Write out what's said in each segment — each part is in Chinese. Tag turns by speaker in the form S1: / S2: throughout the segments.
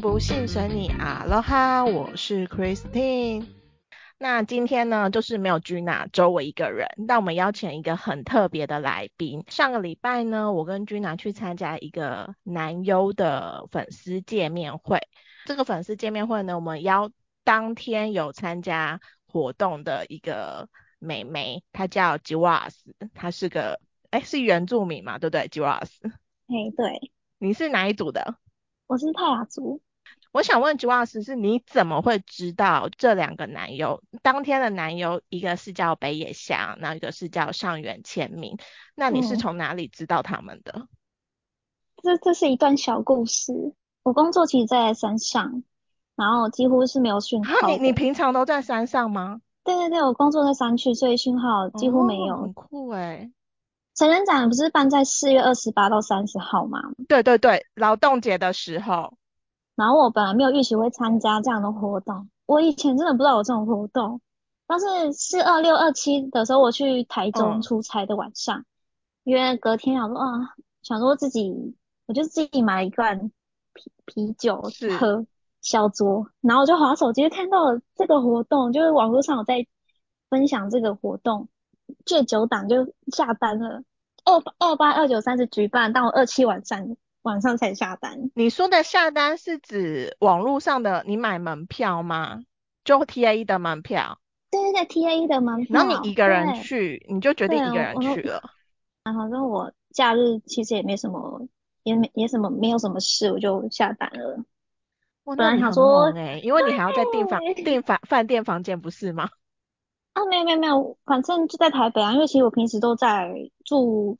S1: 不信神你啊喽哈，我是 Christine。那今天呢，就是没有 Gina，只有我一个人。那我们邀请一个很特别的来宾。上个礼拜呢，我跟 Gina 去参加一个男优的粉丝见面会。这个粉丝见面会呢，我们邀当天有参加活动的一个美眉，她叫吉瓦斯，她是个哎是原住民嘛，对不对？吉瓦斯，
S2: 哎，对，
S1: 你是哪一组的？
S2: 我是泰雅族。
S1: 我想问吉瓦斯，是你怎么会知道这两个男优？当天的男优，一个是叫北野祥，然后一个是叫上原千明。那你是
S2: 嗯
S1: 从哪里知道他们的？
S2: 这这是一段小故事。我工作其实在山上，然后几乎是没有讯
S1: 啊， 你
S2: 号
S1: 你
S2: 的。
S1: 平常都在山上吗？
S2: 对对对，我工作在山区，所以讯号几乎没
S1: 哦，很
S2: 有。
S1: 酷诶。
S2: 成人展不是办在四月二十八到三十号嘛？
S1: 对对对，劳动节的时候，
S2: 然后我本来没有预期会参加这样的活动，我以前真的不知道有这种活动。但是四二六二七的时候，我去台中
S1: 嗯，
S2: 出差的晚上，因为隔天想说啊，想说自己，我就自己买了一罐啤啤酒
S1: 是，
S2: 喝小酌，然后我就滑手机就看到了这个活动，就是网络上有在分享这个活动，戒酒党就下单了，二二八二九三十举办，但我二七晚上晚上才下单。
S1: 你说的下单是指网络上的你买门票吗？就 TAE 的门票，
S2: 对对对，TAE 的门
S1: 然后你一
S2: 票，
S1: 个
S2: 嗯对
S1: 人去，你就决
S2: 对，
S1: 定一个
S2: 我
S1: 人
S2: 我说，
S1: 去了。
S2: 啊反正我假日其实也没什么，也没也什么没有什么事，我就下班了。
S1: 哇，
S2: 本
S1: 那
S2: 来
S1: 你
S2: 啊想
S1: 很
S2: 说，
S1: 猛诶，因为你还要再订房、
S2: 对，
S1: 订房、饭店房间，不是吗？
S2: 啊，没有没有没有，反正就在台北啊，因为其实我平时都在住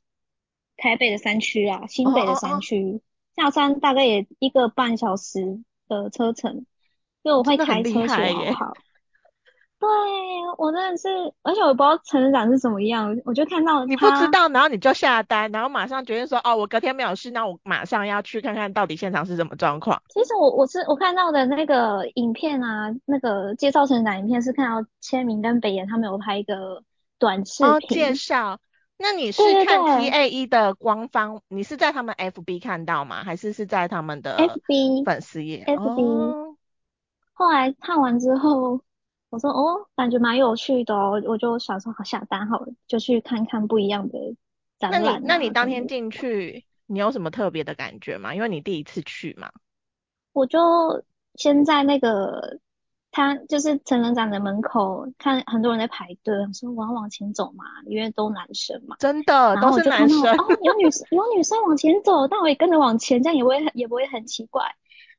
S2: 台北的山区啊，
S1: 哦
S2: 新北的
S1: 哦
S2: 山
S1: 哦，
S2: 区，下山大概也一个半小时的车程，所以我
S1: 哦真
S2: 会
S1: 的很
S2: 开
S1: 厉
S2: 车去
S1: 害
S2: 好
S1: 耶！
S2: 好。对，我真的是，而且我不知道成人展是什么样，我就看到
S1: 你不知
S2: 他。
S1: 道，然后你就下单，然后马上决定说，哦，我隔天没有事，那我马上要去看看到底现场是什么状况。
S2: 其实我我是我看到的那个影片啊，那个介绍成人展影片是看到千明跟北野他们有拍一个短视
S1: 哦，介
S2: 频，
S1: 绍。那你是
S2: 对对
S1: 看
S2: 对
S1: TAE 的官方，你是在他们 FB 看到吗？还是是在他们的
S2: ，FB
S1: 粉丝页？
S2: FB，
S1: 哦，
S2: 后来看完之后，我说哦，感觉蛮有趣的哦，我就想说好下单好了，就去看看不一样的
S1: 那
S2: 展
S1: 你
S2: 览
S1: 那你
S2: 啊
S1: 当
S2: 什么
S1: 天
S2: 的。
S1: 进去，你有什么特别的感觉吗？因为你第一次去嘛。
S2: 我就先在那个他就是成人展的门口看很多人在排队，我说我要往前走嘛，因为都男生嘛。
S1: 真的
S2: 然
S1: 都
S2: 后我
S1: 是
S2: 就看
S1: 男
S2: 到
S1: 生，
S2: 哦，有女生有女生往前走，但我也跟着往前，这样也不会也不会很奇怪。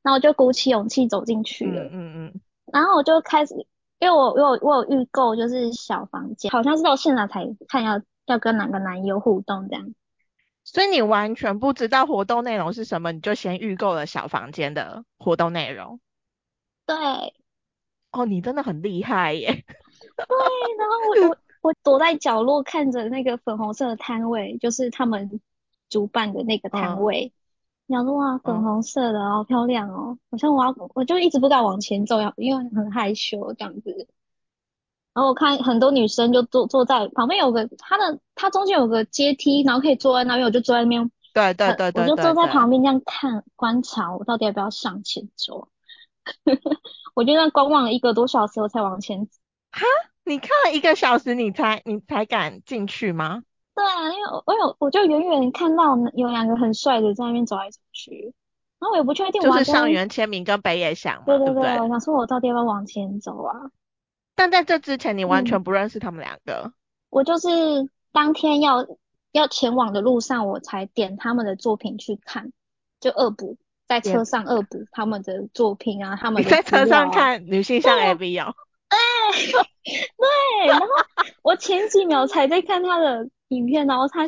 S2: 然后我就鼓起勇气走进去
S1: 嗯
S2: 了。
S1: 嗯嗯，
S2: 然后我就开始，因为我我有我有预购，就是小房间，好像是到现场才看要要跟哪个男优互动这样。
S1: 所以你完全不知道活动内容是什么，你就先预购了小房间的活动内容。
S2: 对
S1: 哦，你真的很厉害耶！
S2: 对，然后我我我躲在角落看着那个粉红色的摊位，就是他们主办的那个摊
S1: 嗯
S2: 位。想说哇，粉
S1: 嗯，
S2: 红色的好漂亮哦！好像我要，我就一直不敢往前走，因为很害羞这样子。然后我看很多女生就坐坐在旁边有个它的它中间有个阶梯，然后可以坐在那边，我就坐在那边，
S1: 对对
S2: 很
S1: 对
S2: 我
S1: 对
S2: 就
S1: 对
S2: 坐在
S1: 对，
S2: 旁边这样看观察，我到底要不要向前走？ 我就那观望了一个多小时，我才往前。
S1: 哈，你看了一个小时，你才你才敢进去吗？
S2: 对啊，因为我我有我就远远看到有两个很帅的在那边走来走去，然后我也不确定
S1: 就
S2: 我要
S1: 是
S2: 不要，
S1: 上原千明跟北野祥
S2: 对
S1: 嘛，
S2: 对
S1: 对不
S2: 对，
S1: 对？
S2: 我想说我到底要不要往前走啊？
S1: 但在这之前，你完
S2: 嗯。
S1: 全不认识他们两个。
S2: 我就是当天要要前往的路上，我才点他们的作品去看，就恶补，在
S1: 也，
S2: 车上恶补他们的作品啊，他
S1: 你
S2: 们的
S1: 在
S2: 资
S1: 车上
S2: 料啊。
S1: 看女性
S2: 对
S1: 向
S2: 啊，
S1: AV 哦，
S2: 对。然后我前几秒才在看他的影片，然后他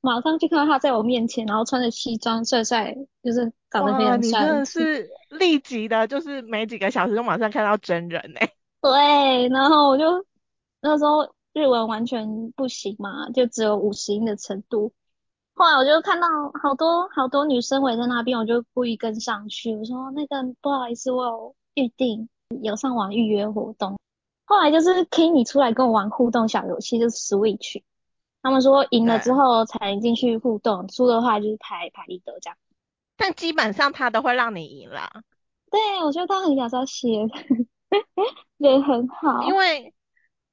S2: 马上就看到他在我面前，然后穿着西装，帅帅，就是长得非
S1: 哇，
S2: 常
S1: 你
S2: 帅
S1: 真
S2: 的
S1: 的
S2: 字。
S1: 是立即的，就是没几个小时就马上看到真人 哎。
S2: 对，然后我就那时候日文完全不行嘛，就只有五十音的程度。后来我就看到好多好多女生围在那边，我就故意跟上去，我说那个不好意思，我有预定，有上网预约活动。后来就是 Kimi 出来跟我玩互动小游戏，就是 Switch。他们说赢了之
S1: 对，
S2: 后才进去互动，输的话就是排排立得这样。
S1: 但基本上他都会让你赢啦。
S2: 对，我觉得他很雅扎西 耶，人很
S1: 因
S2: 好。
S1: 为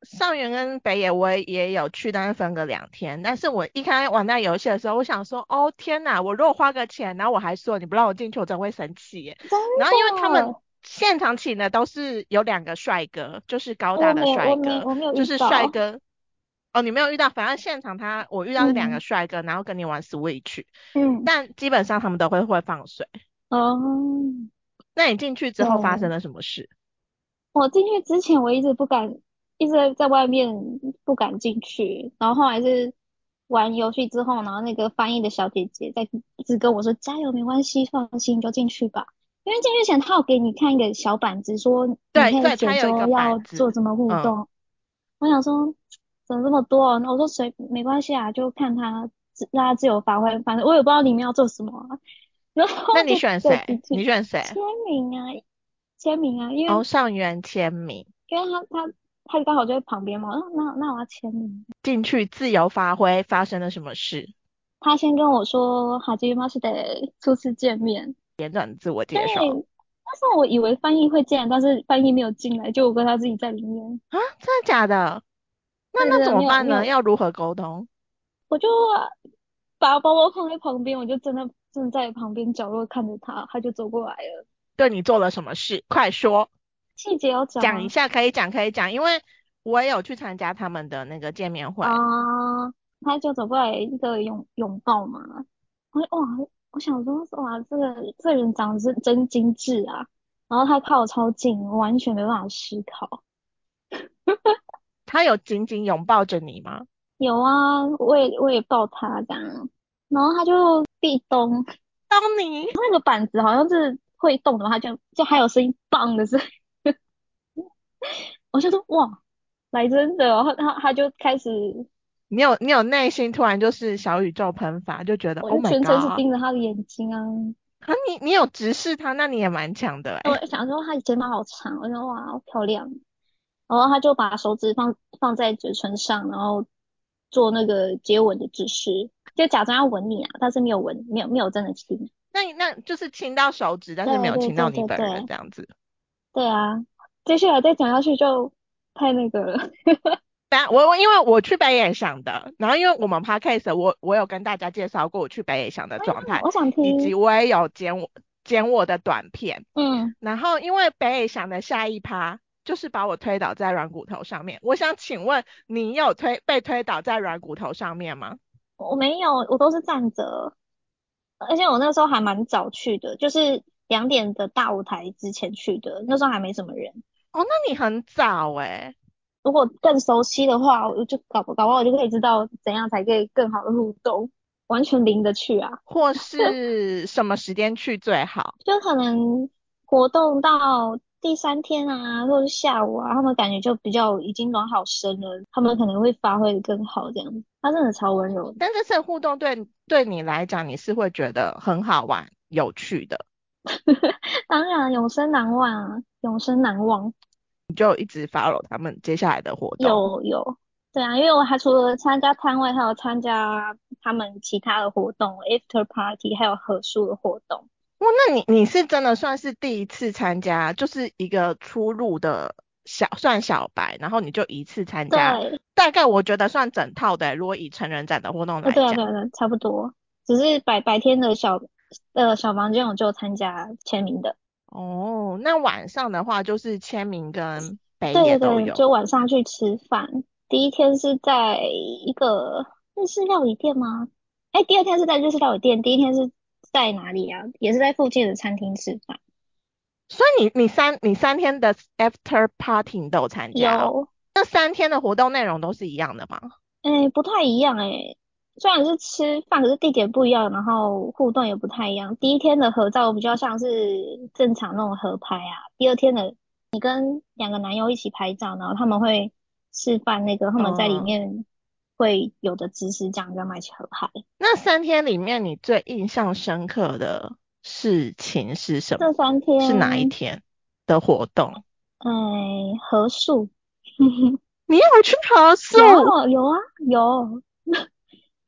S1: 上元跟北野我也有去，但是分个两天。但是我一开始玩那游戏的时候，我想说，哦天呐，我如果花个钱，然后我还说你不让我进去，我真会生气耶。
S2: 真
S1: 然后因为他们
S2: 的，
S1: 现场请的都是有两个帅哥，就是高
S2: 我
S1: 大的
S2: 没有，我
S1: 帅
S2: 没，
S1: 哥，
S2: 我没有
S1: 就
S2: 遇
S1: 是帅
S2: 到。
S1: 哥。哦，你没有遇到，反正现场他我遇到是两个
S2: 嗯
S1: 帅哥，然后跟你玩 Switch，
S2: 嗯，
S1: 但基本上他们都会会放水。
S2: 哦，
S1: 那你进去之
S2: 对，
S1: 后发生了什么事？
S2: 我进去之前我一直不敢，一直在外面不敢进去，然后后来是玩游戏之后，然后那个翻译的小姐姐在一直跟我说加油，没关系，放心，你就进去吧。因为进去前她有给你看一个小板子，说你
S1: 对
S2: 可以
S1: 对，
S2: 选
S1: 他有一
S2: 说
S1: 个板
S2: 要做
S1: 子，
S2: 什么互
S1: 嗯，
S2: 动。我想说，怎么这么多啊？我说随没关系啊，就看他自让他自由发挥，反正我也不知道里面要做什么啊、 然
S1: 那
S2: 后
S1: 你
S2: 就
S1: 选
S2: 就
S1: 谁？
S2: 进去
S1: 你选谁？
S2: 签名啊，签名啊，因
S1: 哦，
S2: 为
S1: 上元签名，
S2: 因为他他他刚好就在旁边嘛，嗯那那我要签名。
S1: 进去自由发挥，发生了什么事？
S2: 他先跟我说哈基马是得初次见面，
S1: 简短自我
S2: 对，
S1: 介绍
S2: 但是我以为翻译会进来，但是翻译没有进来，就我跟他自己在里面，
S1: 啊，真的假的？那
S2: 对
S1: 那
S2: 对，
S1: 怎
S2: 没
S1: 么
S2: 有
S1: 办
S2: 没
S1: 呢？
S2: 有，
S1: 要如何沟通？
S2: 我就把包包放在旁边，我就真的正在旁边角落看着他，他就走过来了。
S1: 对你做了什么事？快说，
S2: 细节要讲啊
S1: 讲一
S2: 吗？
S1: 下，可以讲，可以讲，因为我也有去参加他们的那个见面会。
S2: 啊、他就走过来一个拥拥抱嘛，我就哇，我想说哇，这个这个人长得是真精致啊。然后他靠我超近，我完全没办法思考。
S1: 他有紧紧拥抱着你吗？
S2: 有啊，我也我也抱他这样，然后他就壁咚，
S1: 当你
S2: 那个板子好像是会动的嘛，他就就还有声音棒的声音， 我就说哇，来真的哦，他他他就开始，
S1: 你有你有内心突然就是小宇宙喷发，就觉得
S2: 我
S1: Oh
S2: 就
S1: my
S2: 全程是
S1: God
S2: 盯着他的眼睛啊。
S1: 啊，你你有直视他，那你也蛮强的欸诶、
S2: 我想说她睫毛好长，我说哇，好漂亮。然后她就把手指放放在嘴唇上，然后做那个接吻的姿势，就假装要吻你啊，但是没有吻，没有没有真的亲。
S1: 那你那就是亲到手指，但
S2: 对
S1: 是没有
S2: 对
S1: 亲到
S2: 对
S1: 你
S2: 对
S1: 本人
S2: 对
S1: 这样子。
S2: 对啊！接下来再讲下去就太那个了。
S1: 但我我因为我去北野想的，然后因为我们 podcast 我我有跟大家介绍过我去北野想的状态，
S2: 我想
S1: 以及
S2: 听，
S1: 我也有剪我剪我的短片。
S2: 嗯，
S1: 然后因为北野想的下一趴就是把我推倒在软骨头上面，我想请问你有推被推倒在软骨头上面吗？
S2: 我没有，我都是站着，而且我那时候还蛮早去的，就是两点的大舞台之前去的，那时候还没什么人。
S1: 哦，那你很早欸诶、
S2: 如果更熟悉的话，我就搞不搞不好我就可以知道怎样才可以更好的互动，完全零的去啊，
S1: 或是什么时间去最好？
S2: 就可能活动到第三天啊，或者是下午啊，他们感觉就比较已经暖好身了，他们可能会发挥的更好这样子。他真的超温柔的，
S1: 但这次互动对对你来讲，你是会觉得很好玩、有趣的，
S2: 当然永生难忘啊，永生难忘。
S1: 你就一直 follow 他们接下来的活动。
S2: 有有，对啊，因为我还除了参加摊位，还有参加他们其他的活动，after party，还有合宿的活动。
S1: 哇，那你你是真的算是第一次参加，就是一个初入的小，算小白，然后你就一次参加，
S2: 对，
S1: 大概我觉得算整套的，欸如果以成人展的活动
S2: 啊，
S1: 来
S2: 对啊，
S1: 讲。
S2: 对啊，对啊，差不多，只是白白天的小呃小房间我就有参加签名的，
S1: 哦，那晚上的话就是签名跟北
S2: 对
S1: 野
S2: 对
S1: 都
S2: 对，
S1: 有。
S2: 就晚上去吃饭。第一天是在一个日式料理店吗？哎，第二天是在日式料理店，第一天是在哪里啊？也是在附近的餐厅吃饭。
S1: 所以你你三你三天的 after party 你都有参加哦？
S2: 有，
S1: 那三天的活动内容都是一样的吗？
S2: 哎，不太一样哎，虽然是吃饭，可是地点不一样，然后互动也不太一样。第一天的合照比较像是正常那种合拍啊，第二天的。两个男优一起拍照，然后他们会示范那个他们在里
S1: 嗯，
S2: 面会有的知识，这样跟他们一起合拍。
S1: 那三天里面你最印象深刻的事情是什么？
S2: 这三
S1: 是哪一
S2: 天，
S1: 天的活动？
S2: 哎，合宿
S1: 你有去合宿？
S2: 有有啊有，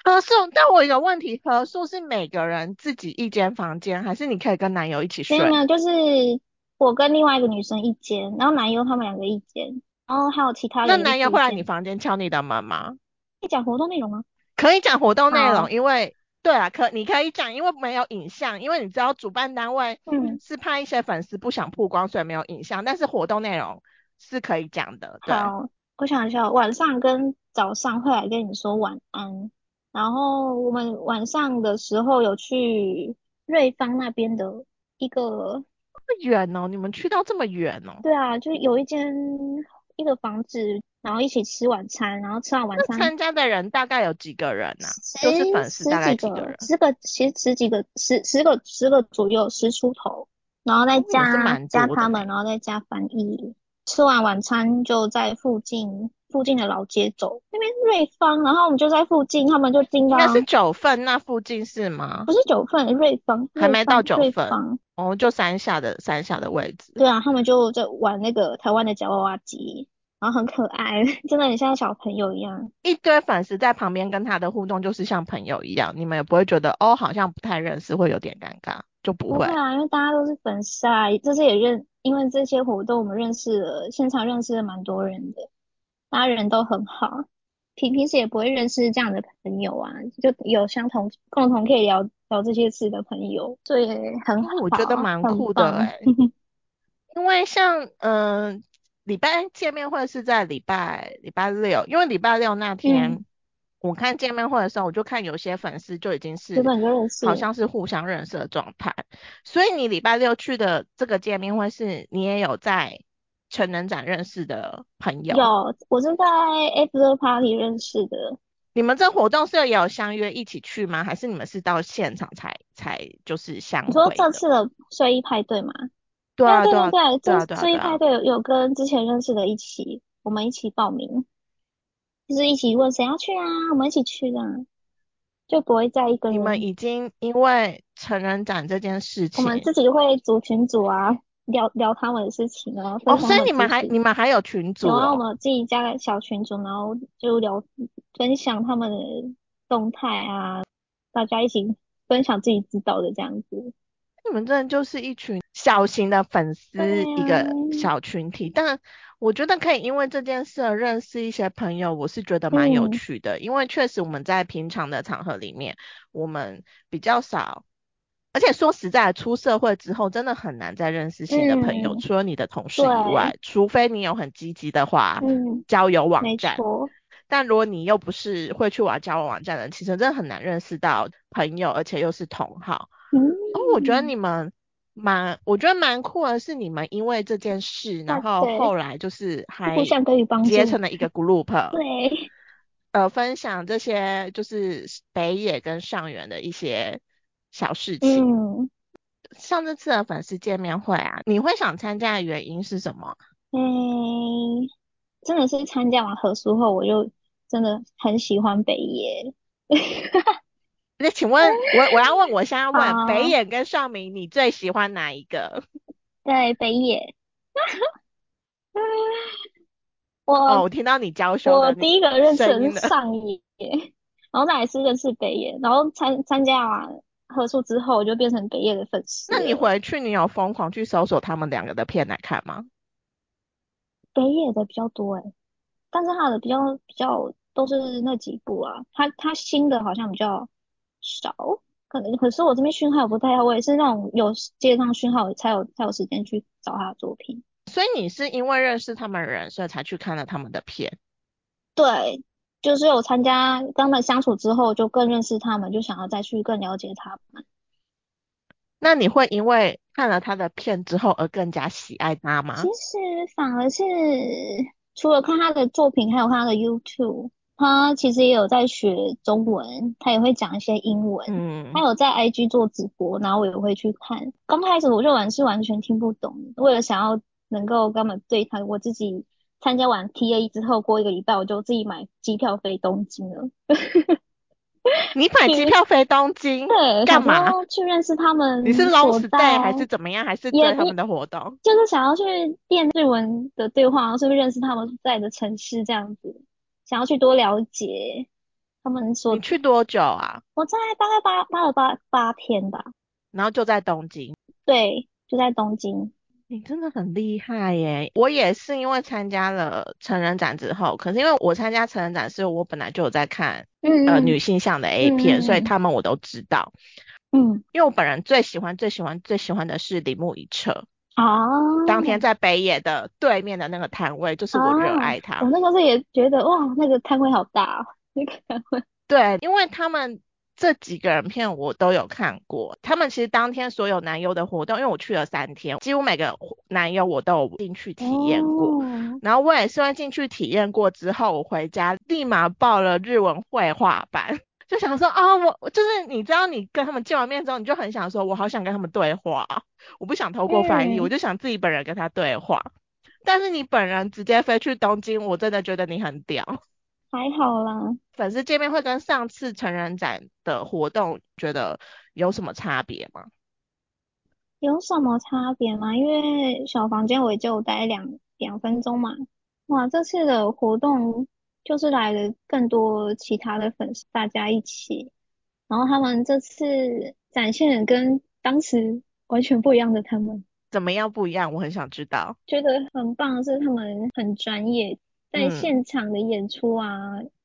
S1: 合宿？但我有问题，合宿是每个人自己一间房间，还是你可以跟男友一起
S2: 没有没
S1: 睡？
S2: 有，就是我跟另外一个女生一间，然后男优他们两个一间，然后还啊有其他
S1: 那
S2: 人就
S1: 男友
S2: 住一
S1: 会来你
S2: 间。
S1: 房间敲你的门吗？
S2: 可以讲活动内容吗？
S1: 可以讲活动内容，
S2: 好，
S1: 因为对啊，可你可以讲，因为没有影像，因为你知道主办单位
S2: 嗯，
S1: 是怕一些粉丝不想曝光，所以没有影像，但是活动内容是可以讲的，对，啊
S2: 好，我想一下，晚上跟早上会来跟你说晚安。然后我们晚上的时候有去瑞芳那边的一个，
S1: 这么远哦，你们去到这么远哦，
S2: 对啊，就是有一间一个房子，然后一起吃晚餐，然后吃完晚
S1: 那
S2: 餐。
S1: 参加的人大概有几个人啊呐、
S2: 十
S1: 就是粉丝
S2: 十
S1: 大概
S2: 几
S1: 几个
S2: 个，
S1: 人？
S2: 十个，其实十几个，十十个十个左右，十出头，然后再
S1: 哦，也是
S2: 加
S1: 蛮
S2: 加
S1: 多的
S2: 他
S1: 呢。
S2: 们，然后再加翻译。吃完晚餐就在附近附近的老街走，那边瑞芳，然后我们就在附近，他们就进
S1: 应该是
S2: 到
S1: 九份那附近是吗？
S2: 不是九份，瑞芳，
S1: 还
S2: 瑞
S1: 没到
S2: 芳，
S1: 九
S2: 瑞
S1: 份，
S2: 芳，
S1: 哦，就山下的山下的位置。
S2: 对啊，他们就在玩那个台湾的夹娃娃机，然后很可爱， 真的很像小朋友一样。
S1: 一堆粉丝在旁边跟他的互动，就是像朋友一样，你们也不会觉得哦，好像不太认识，会有点尴尬，就不
S2: 不会
S1: 会。
S2: 啊，因为大家都是粉丝啊，这次也认，因为这些活动我们认识了，现场认识了蛮多人的，大家人都很好，平平时也不会认识这样的朋友啊，就有相同共同可以聊聊这些事的朋友，所以很
S1: 因为我觉得
S2: 好，啊
S1: 蛮
S2: 很
S1: 酷的欸
S2: 棒。
S1: 诶，因为像嗯、呃礼拜见面会是在礼拜礼拜六，因为礼拜六那天
S2: 嗯，
S1: 我看见面会的时候，我就看有些粉丝就已经
S2: 原
S1: 是
S2: 本就认
S1: 好
S2: 识，
S1: 像是互相认识的状态，所以你礼拜六去的这个见面会是你也有在成人展认识的朋友，
S2: 有，我是在 after party 认识的。
S1: 你们这活动是也有相约一起去吗？还是你们是到现场才才就是
S2: 你
S1: 相
S2: 说
S1: 会
S2: 这
S1: 的？
S2: 次的睡衣派对吗？
S1: 对
S2: 对啊，
S1: 啊，对
S2: 对对
S1: 啊，对
S2: 对，这
S1: 啊，对啊，
S2: 睡
S1: 对
S2: 衣派
S1: 啊。
S2: 对有有跟之前认识的一起，我们一起报名。就是一起问谁要去啊，我们一起去的，就不会再一个
S1: 你们
S2: 人。
S1: 已经因为成人展这件事
S2: 我们
S1: 情，
S2: 自己会组群组啊，聊聊他们的事情，然后分
S1: 哦，所
S2: 享他
S1: 以
S2: 们
S1: 你们
S2: 资
S1: 还你
S2: 讯。
S1: 们还有群
S2: 有
S1: 组
S2: 啊，我
S1: 哦，
S2: 们有自己加个小群组，然后就聊分享他们的动态啊，大家一起分享自己知道的这样子。
S1: 你们真的就是一群小型的粉
S2: 对啊
S1: 丝，一
S2: 呀、
S1: 个小群体。但我觉得可以因为这件事而认识一些朋友，我是觉得蛮有
S2: 嗯，
S1: 趣的，因为确实我们在平常的场合里面，我们比较少。而且说实在，出社会之后真的很难再认识新的朋友，
S2: 嗯，
S1: 除了你的同事以
S2: 对，
S1: 外，除非你有很积极的话，
S2: 嗯，
S1: 交友网
S2: 没
S1: 站。
S2: 错，
S1: 但如果你又不是会去玩交友网站的人，其实真的很难认识到朋友，而且又是同好。哦，我觉得
S2: 嗯，
S1: 你们蛮，我觉得蛮酷的是你们因为这件事，然
S2: 那
S1: 后
S2: 对，
S1: 后来就是
S2: 互
S1: 还
S2: 相给予帮
S1: 结
S2: 助，
S1: 成了一个 group，
S2: 对，
S1: 呃，分享这些就是北野跟上原的一些小事情。
S2: 嗯。
S1: 像这次的粉丝见面会啊，你会想参加的原因是什么？
S2: 嗯，真的是参加完合宿后，我就真的很喜欢北野。
S1: 那请问，我我要问，我现在问北
S2: 哎好，
S1: 野跟尚明，你最喜欢哪一个？
S2: 对，北野，我
S1: 哦，我听到你娇羞
S2: 我
S1: 的那
S2: 第一个认识
S1: 声音
S2: 的是
S1: 了。
S2: 上野，然后再来是认识北野，然后参参加完合宿之后，我就变成北野的粉丝
S1: 那你
S2: 了。
S1: 回去，你有疯狂去搜索他们两个的片来看吗？
S2: 北野的比较多诶，但是他的比较比较都是那几部啊，他他新的好像比较少，可能可是我这边讯号不太好，我也是那种有接上讯号才有才有时间去找他的作品。
S1: 所以你是因为认识他们人，所以才去看了他们的片。
S2: 对，就是有参加跟他们相处之后，就更认识他们，就想要再去更了解他们。
S1: 那你会因为看了他的片之后而更加喜爱他
S2: 其
S1: 吗？
S2: 实反而是除了看他的作品，还有看他的 YouTube，他其实也有在学中文，他也会讲一些英文，他
S1: 嗯，
S2: 有在 IG 做直播，然后我也会去看。刚开始我就完是完全听不懂，为了想要能够跟他们对谈，我自己参加完 TAE 之后，过一个礼拜我就自己买机票飞东京了。
S1: 你买机票飞东京嗯
S2: 对，
S1: 干
S2: 想
S1: 嘛？
S2: 说去认识他
S1: 你是
S2: 们
S1: long
S2: 所
S1: stay 还
S2: 在，
S1: 是怎么样？还是
S2: 也
S1: 追他
S2: 也
S1: 们的活动？
S2: 就是想要去练日文的对话，然后顺便认识他们所在的城市这样子，想要去多了解他们
S1: 你
S2: 所。
S1: 去多久啊？
S2: 我在大概八八了八八天吧，
S1: 然后就在东京。
S2: 对，就在东京。
S1: 你真的很厉害耶！我也是因为参加了成人展之后，可是因为我参加成人展是我本来就有在看呃
S2: 嗯
S1: 女性向的 A 片，所以
S2: 嗯
S1: 他们我都知道。
S2: 嗯
S1: 因为我本人最喜欢最喜欢最喜欢的是铃木一彻，
S2: 嗯，
S1: 当天
S2: 哦
S1: 在北野的对面的那个摊位，就是我热
S2: 哦，
S1: 爱他。
S2: 我那时候也觉得哇，那个摊位好大哦，那个摊位，
S1: 对，因为他们这几个人片我都有看过，他们其实当天所有男优的活动，因为我去了三天，几乎每个活男优我都有进去 体验过。
S2: 哦，
S1: 然后我也是因为进去体验过之后，我回家立马报了日文绘画班， 就想说啊、我我就是你知道，你跟他们见完面之后，你就很想说，我好想跟他们对话，我不想透过翻译，我
S2: 嗯，
S1: 就想自己本人跟他对话。但是你本人直接飞去东京，我真的觉得你很屌。
S2: 还好啦，
S1: 粉丝见面会跟上次成人展的活动觉得有什么差别吗？
S2: 有什么差别吗？因为小房间我也就待两两分钟嘛。哇，这次的活动就是来了更多其他的粉丝，大家一起，然后他们这次展现的跟当时完全不一样的他们，
S1: 怎么样不一样？我很想知道。
S2: 觉得很棒的是他们很专业，在
S1: 嗯
S2: 现场的演出啊、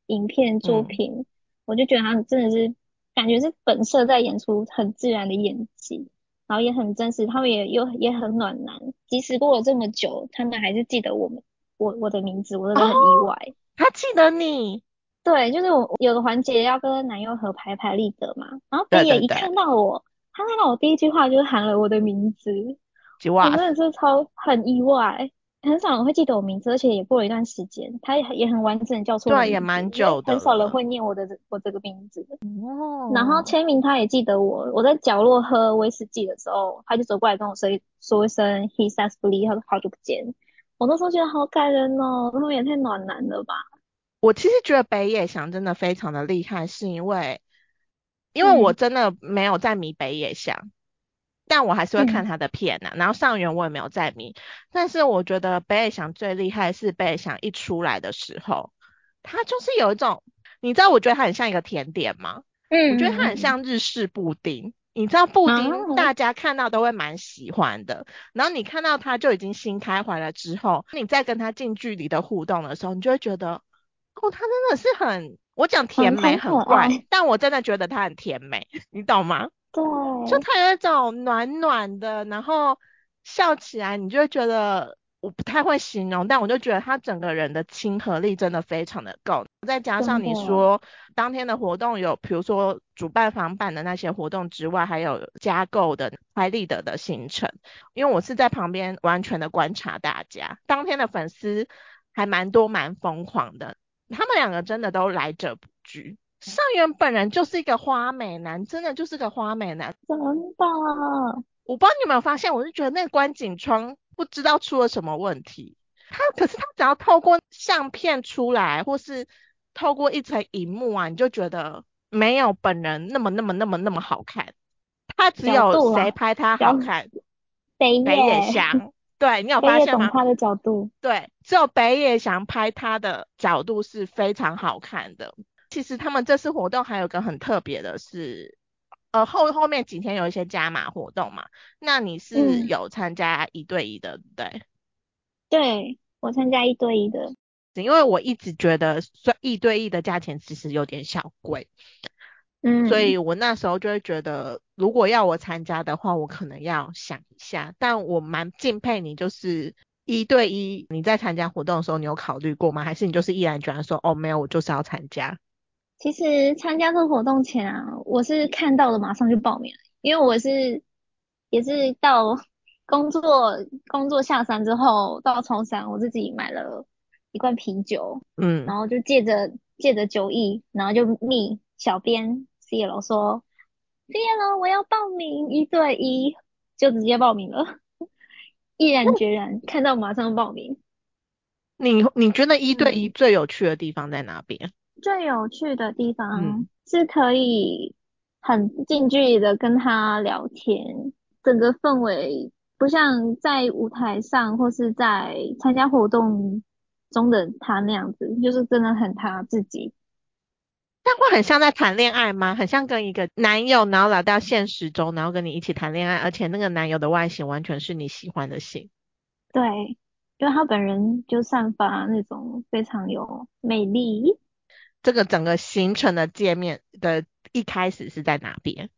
S2: 影片作
S1: 嗯，
S2: 品，我就觉得他们真的是感觉是本色在演出很自然的演技，然后也很真实，他们也又也很暖男，即使过了这么久，他们还是记得我们我我的名字，我真
S1: 哦，
S2: 的很意外。
S1: 他记得你。
S2: 对，就是我有个环节要跟男优合拍拍立得嘛，然后
S1: 对
S2: 北野
S1: 对
S2: 一
S1: 对，
S2: 看到我，他看到我第一句话就是喊了我的名字，
S1: 吉
S2: 我
S1: 瓦
S2: 真
S1: 斯。
S2: 的是超很意外，很少人会记得我名字，而且也过了一段时间，他也也很完整地叫出我的
S1: 对，也
S2: 名字，
S1: 蛮
S2: 因为
S1: 久的
S2: 很少人
S1: 了。嗯
S2: 会念我的这我这个名字。然后
S1: 哦，
S2: 签名他也记得我，我在角落喝威士忌的时候，他就走过来跟我说一说一声 “He says f l e 他说好久不见。我那时候觉得好感人哦，他们也太暖男了吧。
S1: 我其实觉得北野祥真的非常的厉害，是因为因为我
S2: 嗯
S1: 真的没有在迷北野祥，但我还是会看
S2: 嗯
S1: 他的片呐、然后上元我也没有在迷，但是我觉得北野祥最厉害是北野祥一出来的时候，他就是有一种，你知道，我觉得他很像一个甜点吗？我觉得它
S2: 嗯
S1: 很
S2: 嗯
S1: 像日式布丁，你知道布
S2: 嗯，
S1: 丁
S2: 啊，
S1: 大家看到都会蛮喜欢的，然后你看到它就已经新开怀了之后，你再跟它近距离的互动的时候，你就会觉得，哦，它真的是很，我讲甜
S2: 很哦
S1: 美
S2: 很
S1: 很
S2: 可
S1: 怪，
S2: 爱，
S1: 但我真的觉得它很甜美，你懂吗？
S2: 对，
S1: 就它有一种暖暖的，然后笑起来你就会觉得我不太会形容，但我就觉得他整个人的亲和力真的非常的够。再加
S2: 真
S1: 上
S2: 的，
S1: 你说当天的活动有，比如说主办方办的那些活动之外，还有加购的拍立得的行程，因为我是在旁边完全的观察大家，当天的粉丝还蛮多蛮疯狂的，他们两个真的都来者不拒。上元本人就是一个花美男，真的就是个花美男。
S2: 真的，
S1: 我不知道你有没有发现，我就觉得那个观景窗不知道出了什么问题。他可是他只要透过相片出来，或是透过一层荧幕啊，你就觉得没有本人那么那么那么那么好看。他只
S2: 角
S1: 有
S2: 度
S1: 谁
S2: 啦，
S1: 拍他
S2: 角
S1: 好看，
S2: 北
S1: 北野
S2: 野，
S1: 祥。对，你有
S2: 北
S1: 发
S2: 野
S1: 现
S2: 懂
S1: 吗？
S2: 他的角度，
S1: 对，只有北野祥拍他的角度是非常好看的。其实他们这次活动还有个很特别的是，呃，后后面几天有一些加码活动嘛，那你是
S2: 嗯，
S1: 有参加一对一的，对不对？
S2: 对，我参加一对一的，
S1: 因为我一直觉得算一对一的价钱其实有点小贵，所
S2: 嗯，
S1: 以我那时候就会觉得，如果要我参加的话，我可能要想一下。但我蛮敬佩你，就是一对一，你在参加活动的时候，你有考虑过吗？还是你就是毅然决然说，哦，没有，我就是要参加？
S2: 其实参加这个活动前啊，我是看到了马上就报名了，因为我是也是到工作工作下山之后到冲绳，我自己买了一罐啤酒，
S1: 嗯，
S2: 然后就借着借着酒意，然后就密小编 CL 说 CL 我要报名一对一，就直接报名了， 毅然决然看到马上报名，
S1: 你你觉得一对一
S2: 嗯。
S1: 最有趣的地方在哪边？
S2: 最有趣的地方
S1: 嗯，
S2: 是可以很近距离的跟他聊天，整个氛围不像在舞台上或是在参加活动中的他那样子，就是真的很他自己。
S1: 但会很像在谈恋爱吗？很像跟一个男友，然后来到现实中，然后跟你一起谈恋爱，而且那个男友的外形完全是你喜欢的型。
S2: 对，因为他本人就散发那种非常有魅力。
S1: 这个整个行程的界面的一开始是在哪边？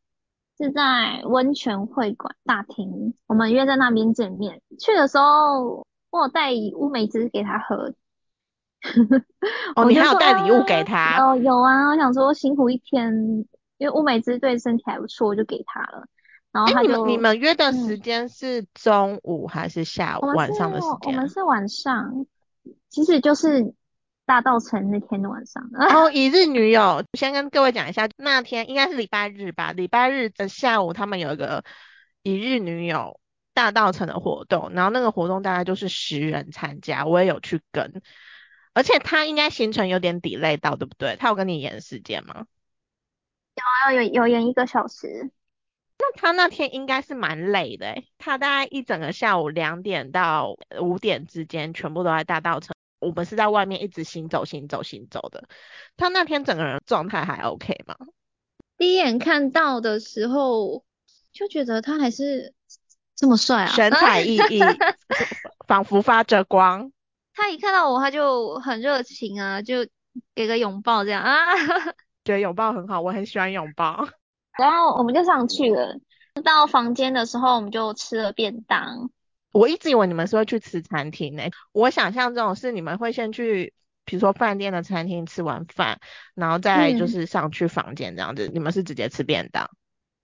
S2: 是在温泉会馆大厅，我们约在那边见面。去的时候，我有带乌梅汁给他喝，
S1: 哦，
S2: 我
S1: 你
S2: 就
S1: 还有
S2: 说
S1: 带礼物给
S2: 啊，
S1: 他，
S2: 哦，有啊，我想说辛苦一天，因为乌梅汁对身体还不错，我就给他了。然后
S1: 哎，
S2: 他
S1: 你们你
S2: 就，
S1: 们约的时
S2: 嗯，
S1: 间是中午还是下午
S2: 我们是，
S1: 晚上的时
S2: 我
S1: 间
S2: 们
S1: 啊？
S2: 是晚上，其实就是大稻城那天的晚上。
S1: 哦，一日女友，先跟各位讲一下，那天应该是礼拜日吧，礼拜日的下午他们有一个一日女友大稻城的活动，然后那个活动大概就是十人参加，我也有去跟，而且他应该行程有点 delay 到，对不对？他有跟你延时间吗？
S2: 还有有有演一个小时，
S1: 那他那天应该是蛮累的欸，他大概一整个下午两点到五点之间，全部都在大稻城。我们是在外面一直行走、行走、行走的。他那天整个人状态还 OK 吗？
S2: 第一眼看到的时候就觉得他还是这么帅 啊！
S1: 神采奕奕， 仿仿佛发着光。
S2: 他一看到我，他就很热情啊，就给个拥抱这样啊。
S1: 觉得拥抱很好，我很喜欢拥抱。
S2: 然后我们就上去了。到房间的时候，我们就吃了便当。
S1: 我一直以为你们是会去吃餐厅呢、我想象这种是你们会先去，比如说饭店的餐厅吃完饭，然后再就
S2: 嗯，
S1: 是上去房间这样子。你们是直接吃便当，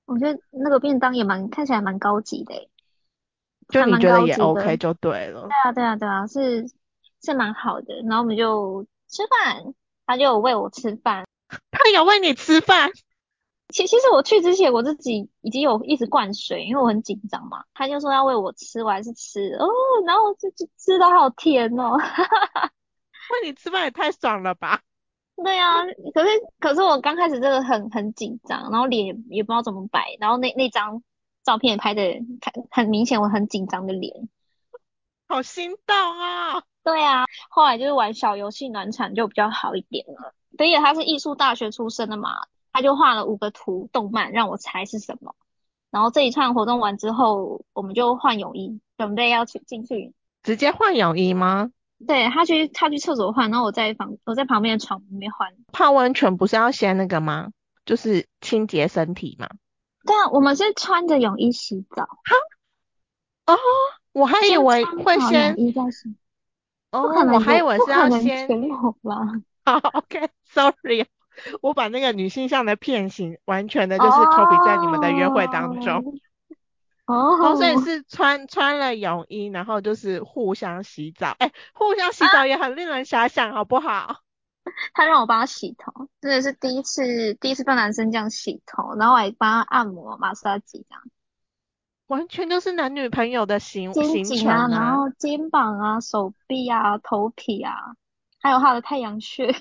S2: 我觉得那个便当也蛮看起来蛮高级的欸，
S1: 就
S2: 还
S1: 你
S2: 蛮
S1: 觉得
S2: 高
S1: 也
S2: 级的。
S1: OK
S2: 对
S1: 就对了。
S2: 啊，对啊，对啊，是是蛮好的。然后我们就吃饭，他就有喂我吃饭。
S1: 他有喂你吃饭，
S2: 其其实我去之前，我自己已经有一直灌水，因为我很紧张嘛。他就说要喂我吃，我还是吃了哦，然后就就吃到好甜哦。
S1: 喂你吃饭也太爽了吧！
S2: 对啊，可是可是我刚开始真的很很紧张，然后脸也也不知道怎么摆，然后那那张照片也拍的看很明显我很紧张的脸。
S1: 好心动啊！
S2: 对啊，后来就是玩小游戏暖场就比较好一点了。而且他是艺术大学出身的嘛，他就画了五个图动漫让我猜是什么。然后这一串活动完之后，我们就换泳衣，准备要去进去。
S1: 直接换泳衣吗？
S2: 对，他去他去厕所换，然后我在房我在旁边的床里面换。
S1: 泡温泉不是要先那个吗？就是清洁身体嘛。
S2: 对啊，我们是穿着泳衣洗澡，
S1: 哦，我还以
S2: 先
S1: 为
S2: 穿
S1: 会
S2: 好泳
S1: 先，
S2: 衣再洗。不
S1: 哦，
S2: 可
S1: 我
S2: 能
S1: 还以
S2: 有，
S1: 为
S2: 不
S1: 是
S2: 可
S1: 要
S2: 能
S1: 先，
S2: 全裸吧？
S1: 好，OK，sorry，我把那个女性向的片型完全的就是 copy 在你们的约会当中。
S2: 哦
S1: 哦，所以
S2: 哦
S1: 是穿穿了泳衣，然后就是互相洗澡。哎，互相洗
S2: 啊！
S1: 澡也很令人遐想，好不好？
S2: 他让我帮他洗头，真的是第一次，第一次帮男生这样洗头，然后还帮他按摩、马杀鸡这样，
S1: 完全就是男女朋友的行
S2: 肩
S1: 行
S2: 颈啊，
S1: 程
S2: 然
S1: 啊。
S2: 后肩膀啊、手臂啊、头皮啊，还有他的太阳穴，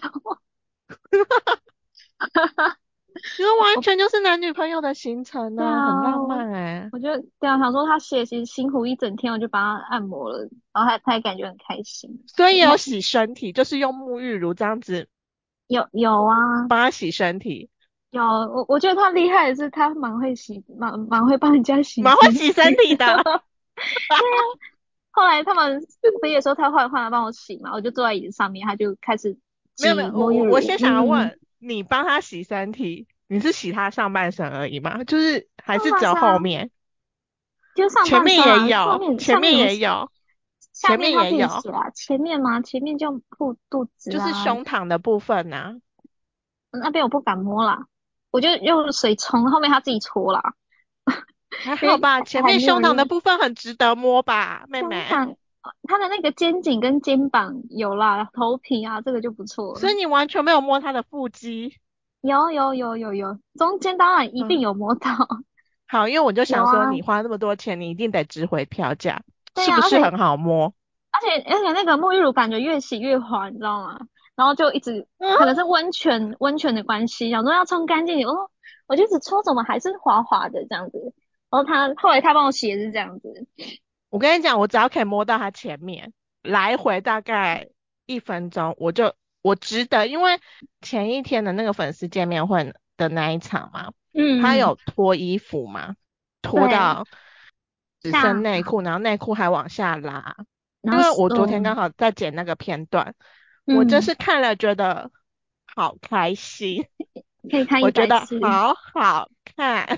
S1: 因为完
S2: 我
S1: 全就是男女朋友的行程
S2: 对
S1: 呢、很
S2: 啊，
S1: 浪
S2: 我
S1: 漫哎、
S2: 我就对啊，想说他写其实辛苦一整天，我就帮他按摩了，然后他他也感觉很开心，
S1: 所以
S2: 因
S1: 有
S2: 为
S1: 洗身体，就是用沐浴乳这样子
S2: 有有啊。
S1: 帮他洗身体，
S2: 有，我我觉得他厉害的是，他蛮会洗，蛮蛮会帮人家洗
S1: 蛮会
S2: 身
S1: 洗身
S2: 体
S1: 体
S2: 的。
S1: 的。啊
S2: 后来他们毕业的时候，他换换来帮我洗嘛，我就坐在椅子上面，他就开始
S1: 没有没
S2: 挤
S1: 有，我
S2: 沐浴
S1: 我我
S2: 乳。
S1: 先想要
S2: 嗯，
S1: 问，你帮他洗身体，你是洗他上半身而已吗？就是还
S2: 上
S1: 是只
S2: 半
S1: 有
S2: 身
S1: 后
S2: 啊，
S1: 面？
S2: 就是上
S1: 前
S2: 半
S1: 面
S2: 身
S1: 也
S2: 啊，下
S1: 有，
S2: 面
S1: 前
S2: 下面
S1: 面
S2: 有
S1: 也
S2: 洗，
S1: 有，
S2: 下
S1: 前
S2: 面
S1: 面
S2: 他
S1: 也
S2: 可以
S1: 有，
S2: 洗啊，前面吗？前面就护肚子
S1: 就是
S2: 啊，
S1: 胸膛的部分啊呐、
S2: 那边我不敢摸啦，我就用水冲，后面他自己搓啦，
S1: 还
S2: 因
S1: 好
S2: 为
S1: 吧，
S2: 还
S1: 前
S2: 还
S1: 面
S2: 没有
S1: 胸膛的
S2: 人。
S1: 部分很值得摸吧，妹
S2: 胸
S1: 妹。
S2: 膛，他的那个肩颈跟肩膀有啦，头皮啊，这个就不错
S1: 所以
S2: 了。
S1: 你完全没有摸他的腹肌。
S2: 有有有有有，中间当然一定
S1: 嗯。
S2: 有摸到，
S1: 好，因为我就
S2: 有
S1: 想说，
S2: 啊，
S1: 你花那么多钱，你一定得值回票价，
S2: 对
S1: 是
S2: 呀、
S1: 不
S2: 啊，而
S1: 是
S2: 且
S1: 很好摸？
S2: 而且而且那个沐浴乳感觉越洗越滑，你知道吗？然后就一直
S1: 嗯，
S2: 可能是温泉温泉的关系，想说要冲干净，哦，我就只搓怎么还是滑滑的这样子。然后他后来他帮我洗也是这样子，
S1: 我跟你讲，我只要可以摸到他前面，来回大概一分钟，我就我值得，因为前一天的那个粉丝见面会的那一场嘛，他
S2: 嗯，
S1: 有脱衣服嘛，脱
S2: 对，
S1: 到只剩
S2: 下
S1: 内裤，然后内裤还往下拉，
S2: 然
S1: 因
S2: 后
S1: 为
S2: 是
S1: 我昨天刚
S2: 嗯
S1: 好在剪那个片段，我真
S2: 嗯，
S1: 是看了觉得好开心，
S2: 可以看一
S1: 我觉
S2: 百
S1: 得
S2: 次，
S1: 好好看，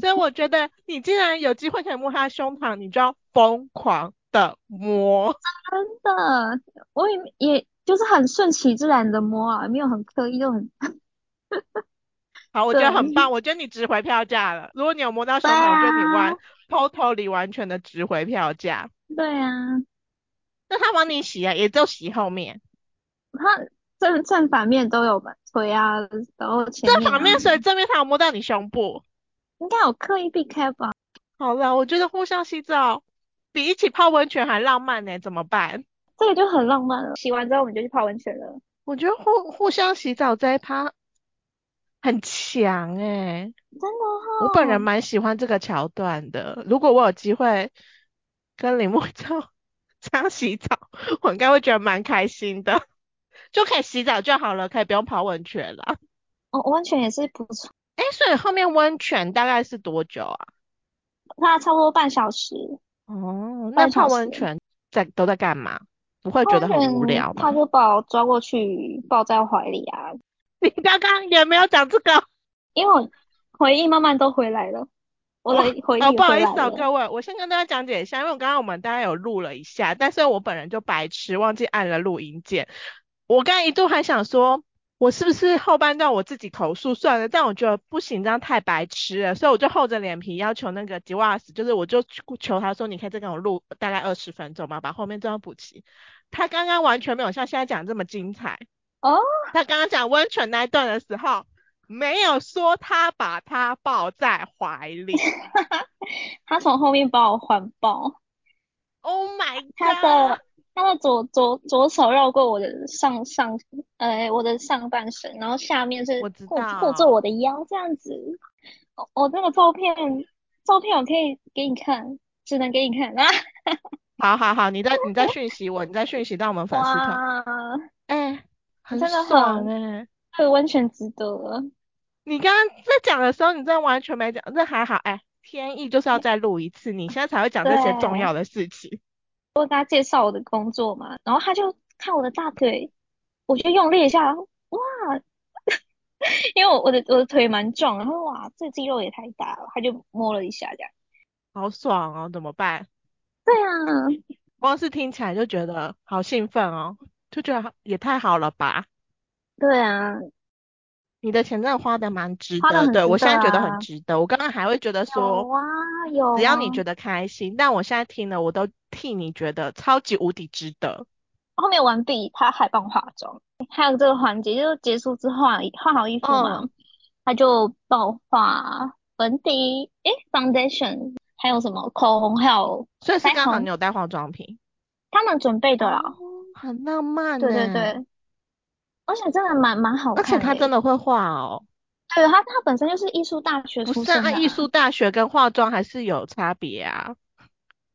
S1: 所以我觉得你既然有机会可以摸他的胸膛，你就要疯狂的摸。
S2: 真的，我也也就是很顺其自然的摸啊，没有很刻意，就很
S1: 好，我觉得很
S2: 对
S1: 棒，我觉得你值回票价了。如果你有摸到
S2: 对
S1: 胸膛，我觉得你
S2: 啊，
S1: 完 totally 完全的值回票价。
S2: 对啊，
S1: 那他帮你洗啊，也就洗后面，
S2: 它正正反面都有吧，腿啊，然后
S1: 这
S2: 前面
S1: 反
S2: 啊，
S1: 面，所以正面他有摸到你胸部。
S2: 应该有刻意避开吧？
S1: 好了，我觉得互相洗澡比一起泡温泉还浪漫呢，怎么办？
S2: 这个就很浪漫了。洗完之后我们就去泡温泉了。
S1: 我觉得互互相洗澡这一趴很强欸诶，
S2: 真的
S1: 我本人
S2: 哦，
S1: 蛮喜欢这个桥段的。如果我有机会跟李木 照这样洗澡，我应该会觉得蛮开心的，就可以洗澡就好了，可以不用泡温泉了。
S2: 哦，温泉也是不错，
S1: 诶，所以后面温泉大概是多久啊？
S2: 那差不多半小时，
S1: 哦，那
S2: 半
S1: 泡
S2: 小时。
S1: 温泉在都在干嘛？不会
S2: 泡
S1: 觉得
S2: 温
S1: 很无
S2: 泉，
S1: 聊
S2: 他
S1: 吗？
S2: 就把我抓过去抱在怀里啊，
S1: 你刚刚也没有讲这个，
S2: 因为我回忆慢慢都回来了，我
S1: 哇，
S2: 的回
S1: 好
S2: 忆
S1: 不好
S2: 回
S1: 意
S2: 来
S1: 思哦，
S2: 了。
S1: 各位，我先跟大家讲解一下，因为我刚刚我们大概有录了一下，但是我本人就白痴，忘记按了录音键。我刚刚一度还想说，我是不是后半段我自己口述算了，但我觉得不行，这样太白痴了，所以我就厚着脸皮要求那个吉瓦斯，就是我就去求他说，你可以再跟我录大概二十分钟嘛，把后面这段补齐。他刚刚完全没有像现在讲这么精彩。
S2: 哦，
S1: 他刚刚讲温泉那一段的时候，没有说他把他抱在怀里。
S2: 他从后面把我环抱，
S1: Oh my
S2: 他
S1: god！
S2: 的他的左左左手绕过我的上上，呃，我的上半身，然后下面
S1: 我
S2: 是
S1: 知
S2: 护护着
S1: 道，
S2: 我的腰这样子。我、我那个照片，照片我可以给你看，只能给你看啊！
S1: 好好好，你再你再讯息我，你再讯息到我们 粉丝团，
S2: 哇，
S1: 哎、很
S2: 真的
S1: 爽
S2: 很，
S1: 哎、
S2: 这个温泉值得了。
S1: 你刚刚在讲的时候，你真的完全没讲，那还好，哎、天意就是要再录一次，你现在才会讲
S2: 对，
S1: 这些重要的事情。
S2: 我有跟他介绍我的工作嘛，然后他就看我的大腿，我就用力一下，哇！ 因为我我的我的腿蛮壮，然后哇，这肌肉也太大了，他就摸了一下这样。
S1: 好爽哦，怎么办？
S2: 对啊，
S1: 光是听起来就觉得好兴奋哦，就觉得也太好了吧。
S2: 对啊，
S1: 你的钱真的花的蛮值
S2: 花的
S1: 得
S2: 很
S1: 的，
S2: 值
S1: 我
S2: 得
S1: 现在觉得很
S2: 啊，
S1: 值得。我刚刚还会觉得说，
S2: 有啊有
S1: 只要你
S2: 啊，
S1: 觉得开心，但我现在听了，我都替你觉得超级无敌值得。
S2: 后面完毕，他还帮我化妆，还有这个环节就是结束之后啊换好衣服嘛，
S1: 嗯，
S2: 他就帮我画粉底，诶，foundation，还有什么口红，还有
S1: 所以是
S2: 腮
S1: 刚好你
S2: 红，
S1: 有带化妆品
S2: 他们准备的
S1: 哦，
S2: 啦。
S1: 很浪漫
S2: 啊对
S1: 呢。
S2: 对对，而且真的蛮蛮好
S1: 嗯而且
S2: 看
S1: 他
S2: 的
S1: 真
S2: 耶。
S1: 的会画哦，
S2: 对，他他本身就是艺术大学
S1: 不
S2: 出
S1: 是啊，
S2: 身
S1: 啊
S2: 的
S1: 艺
S2: 啊，
S1: 术大学跟化妆还是有差别啊。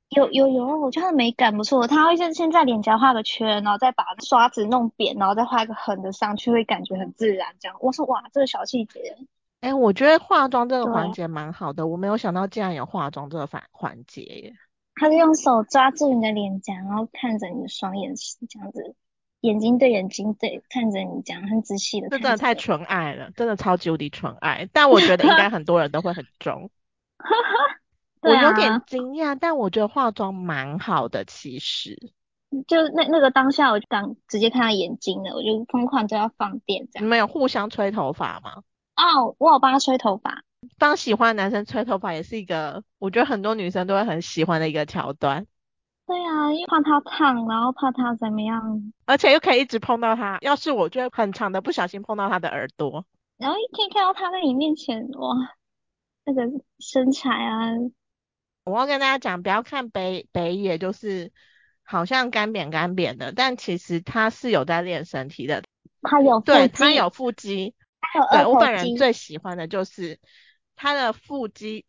S2: 有有有，我觉得他的美感不错。他会先先在脸颊画个圈，然后再把刷子弄扁，然后再画一个横的上去，会感觉很自然。这样，我说哇，这个小细节，
S1: 哎，我觉得化妆这个
S2: 对，啊
S1: 环节蛮好的，我没有想到竟然有化妆这个环环节耶。
S2: 他是用手抓住你的脸颊，然后看着你的双眼这样子，眼睛对眼睛对看着你，这样很仔细 的
S1: 这真
S2: 看
S1: 的
S2: 着
S1: 太
S2: 你。
S1: 纯爱了，真的超级无敌纯爱。但我觉得应该很多人都会很中。
S2: 对
S1: 我有点
S2: 啊，
S1: 惊讶，但我觉得化妆蛮好的，其实。
S2: 就那那个当下，我就刚直接看他眼睛了，我就疯狂对啊他放电这
S1: 你
S2: 样。
S1: 们有互相吹头发吗？
S2: 哦，我有帮他吹头发，
S1: 帮喜欢的男生吹头发也是一个，我觉得很多女生都会很喜欢的一个桥段，
S2: 对啊，因为怕他烫，然后怕他怎么样，
S1: 而且又可以一直碰到他。要是我就会很长的不小心碰到他的耳朵。
S2: 然后一可以看到他在你面前，哇，那个身材啊，
S1: 我要跟大家讲，不要看北北野就是好像干扁干扁的，但其实他是有在练身体的。
S2: 他有腹
S1: 对，他有
S2: 肌，
S1: 腹肌，
S2: 他有
S1: 对，
S2: 二
S1: 我
S2: 头
S1: 本人
S2: 肌，
S1: 最喜欢的就是他的腹肌，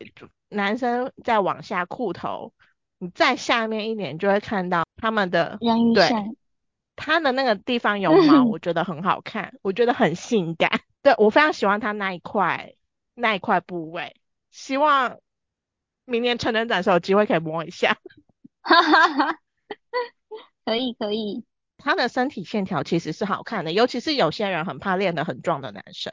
S1: 男生再往下裤头，你再下面一点就会看到他们的，
S2: 人鱼
S1: 对，
S2: 线，
S1: 他的那个地方有毛，
S2: 嗯，
S1: 我觉得很好看，我觉得很性感， 对，我非常喜欢他那一块那一块部位，希望明年成人展的时候有机会可以摸一下。
S2: 哈哈哈，可以可以，
S1: 他的身体线条其实是好看的，尤其是有些人很怕练得很壮的男生，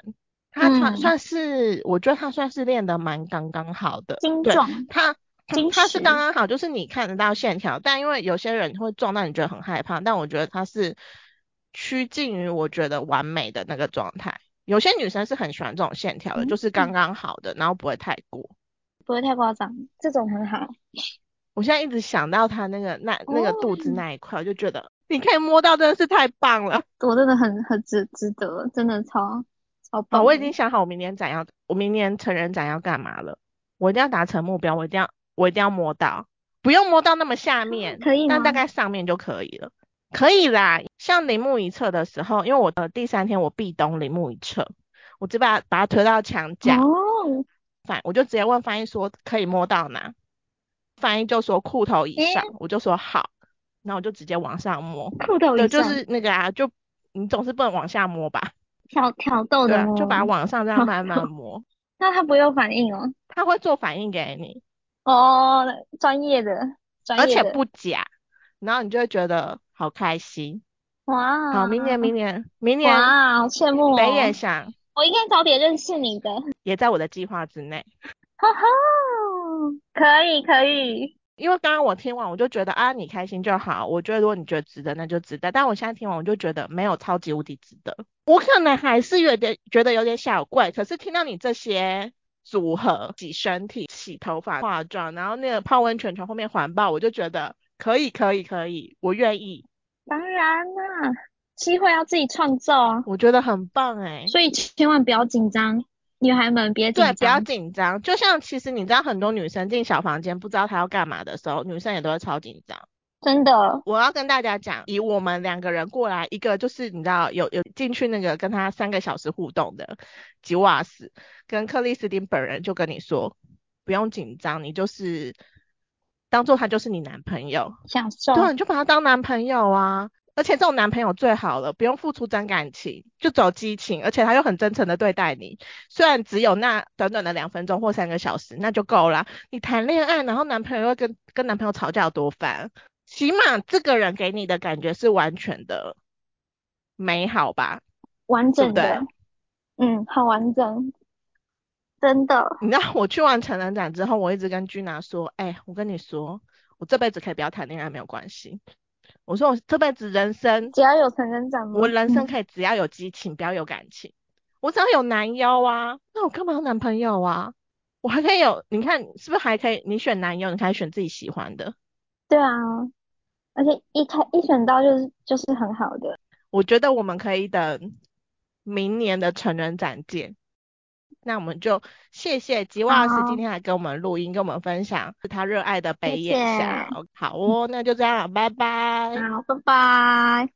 S1: 他算
S2: 嗯，
S1: 算是，我觉得他算是练得蛮刚刚好的，
S2: 精
S1: 对，
S2: 壮
S1: 他。他
S2: 精
S1: 他是刚
S2: 实，
S1: 刚好，就是你看得到线条，但因为有些人会撞到你觉得很害怕，但我觉得他是趋近于我觉得完美的那个状态。有些女生是很喜欢这种线条的，
S2: 嗯，
S1: 就是刚刚好的，然后不会太过。
S2: 不会太夸张，这种很好。
S1: 我现在一直想到他那个那那个
S2: 哦，哦
S1: 肚子那一块，我就觉得你可以摸到，真的是太棒了。
S2: 我真的很很值值得，真的超 超
S1: 好，
S2: 棒
S1: 哦我已
S2: 的。
S1: 经想好我明年展要，我明年成人展要干嘛了。我一定要达成目标，我一定要，我一定要摸到，不用摸到那么下面，
S2: 可以
S1: 但大
S2: 吗？
S1: 概上面就可以了。可以啦，像铃木一侧的时候，因为我的第三天我壁咚铃木一侧，我只把把它推到墙角，
S2: 哦，
S1: 反我就直接问翻译说可以摸到哪，翻译就说裤头以
S2: 诶，
S1: 上，我就说好，然后我就直接往上摸，
S2: 裤头
S1: 对，
S2: 以
S1: 就
S2: 上，
S1: 是那个啊，就你总是不能往下摸吧，
S2: 挑挑逗
S1: 对
S2: 的哦
S1: 啊，就把它
S2: 摸，
S1: 往上这样
S2: 挑
S1: 慢慢
S2: 逗。
S1: 摸。
S2: 那他不用反应哦。
S1: 他会做反应给你，
S2: 哦，专业的，专
S1: 而
S2: 业
S1: 且
S2: 的，
S1: 不假，然后你就会觉得好开心。好，明年
S2: 哇
S1: 明年明年
S2: 啊哇，好羡慕
S1: 北野
S2: 哦！
S1: 想
S2: 我应该早点认识你的，
S1: 也在我的计划之内，
S2: 哈哈，可以可以，
S1: 因为刚刚我听完我就觉得啊，你开心就好。我觉得如果你觉得值得，那就值得。但我现在听完我就觉得没有超级无敌值得，我可能还是有点觉得有点小贵。可是听到你这些组合，洗身体、洗头发、化妆，然后那个泡温泉从后面环抱，我就觉得可以，可以，可以，我愿意，
S2: 当然啦，机会要自己创造啊，
S1: 我觉得很棒哎。
S2: 所以千万不要紧张，女孩们别
S1: 对，
S2: 紧
S1: 不要
S2: 张，
S1: 紧张。就像其实你知道，很多女生进小房间不知道她要干嘛的时候，女生也都会超紧张。
S2: 真的，
S1: 我要跟大家讲，以我们两个人过来，一个就是你知道有有进去那个跟他三个小时互动的吉瓦斯，跟克里斯汀本人就跟你说，不用紧张，你就是当做他就是你男朋友，
S2: 享
S1: 对，啊
S2: 受，
S1: 你就把他当男朋友啊。而且这种男朋友最好了，不用付出真感情，就走激情，而且他又很真诚的对待你。虽然只有那短短的两分钟或三个小时，那就够啦。你谈恋爱，然后男朋友又跟跟男朋友吵架有多烦？起码这个人给你的感觉是完全的美好吧，
S2: 完
S1: 对不
S2: 整
S1: 对？
S2: 的，嗯，好完整，真的，
S1: 你知道 我去完成人展之后，我一直跟君娜说，哎、我跟你说，我这辈子可以不要谈恋爱没有关系。我说我这辈子人生。
S2: 只要有成人展
S1: 我
S2: 吗？
S1: 人生
S2: 嗯，
S1: 可以只要有激情，不要有感情。我只要有男友啊，那我干嘛要男朋友啊？我还可以有，你看是不是还可以？你选男友，你可以选自己喜欢的。
S2: 对啊，而且一开一选到就是就是很好的，
S1: 我觉得我们可以等明年的成人展见。那我们就谢谢吉瓦斯今
S2: 好，
S1: 天来跟我们录音，跟我们分享他热爱的
S2: 谢
S1: 北
S2: 谢，嗯
S1: 野下。好哦，那就这样，拜拜。
S2: 好，拜拜。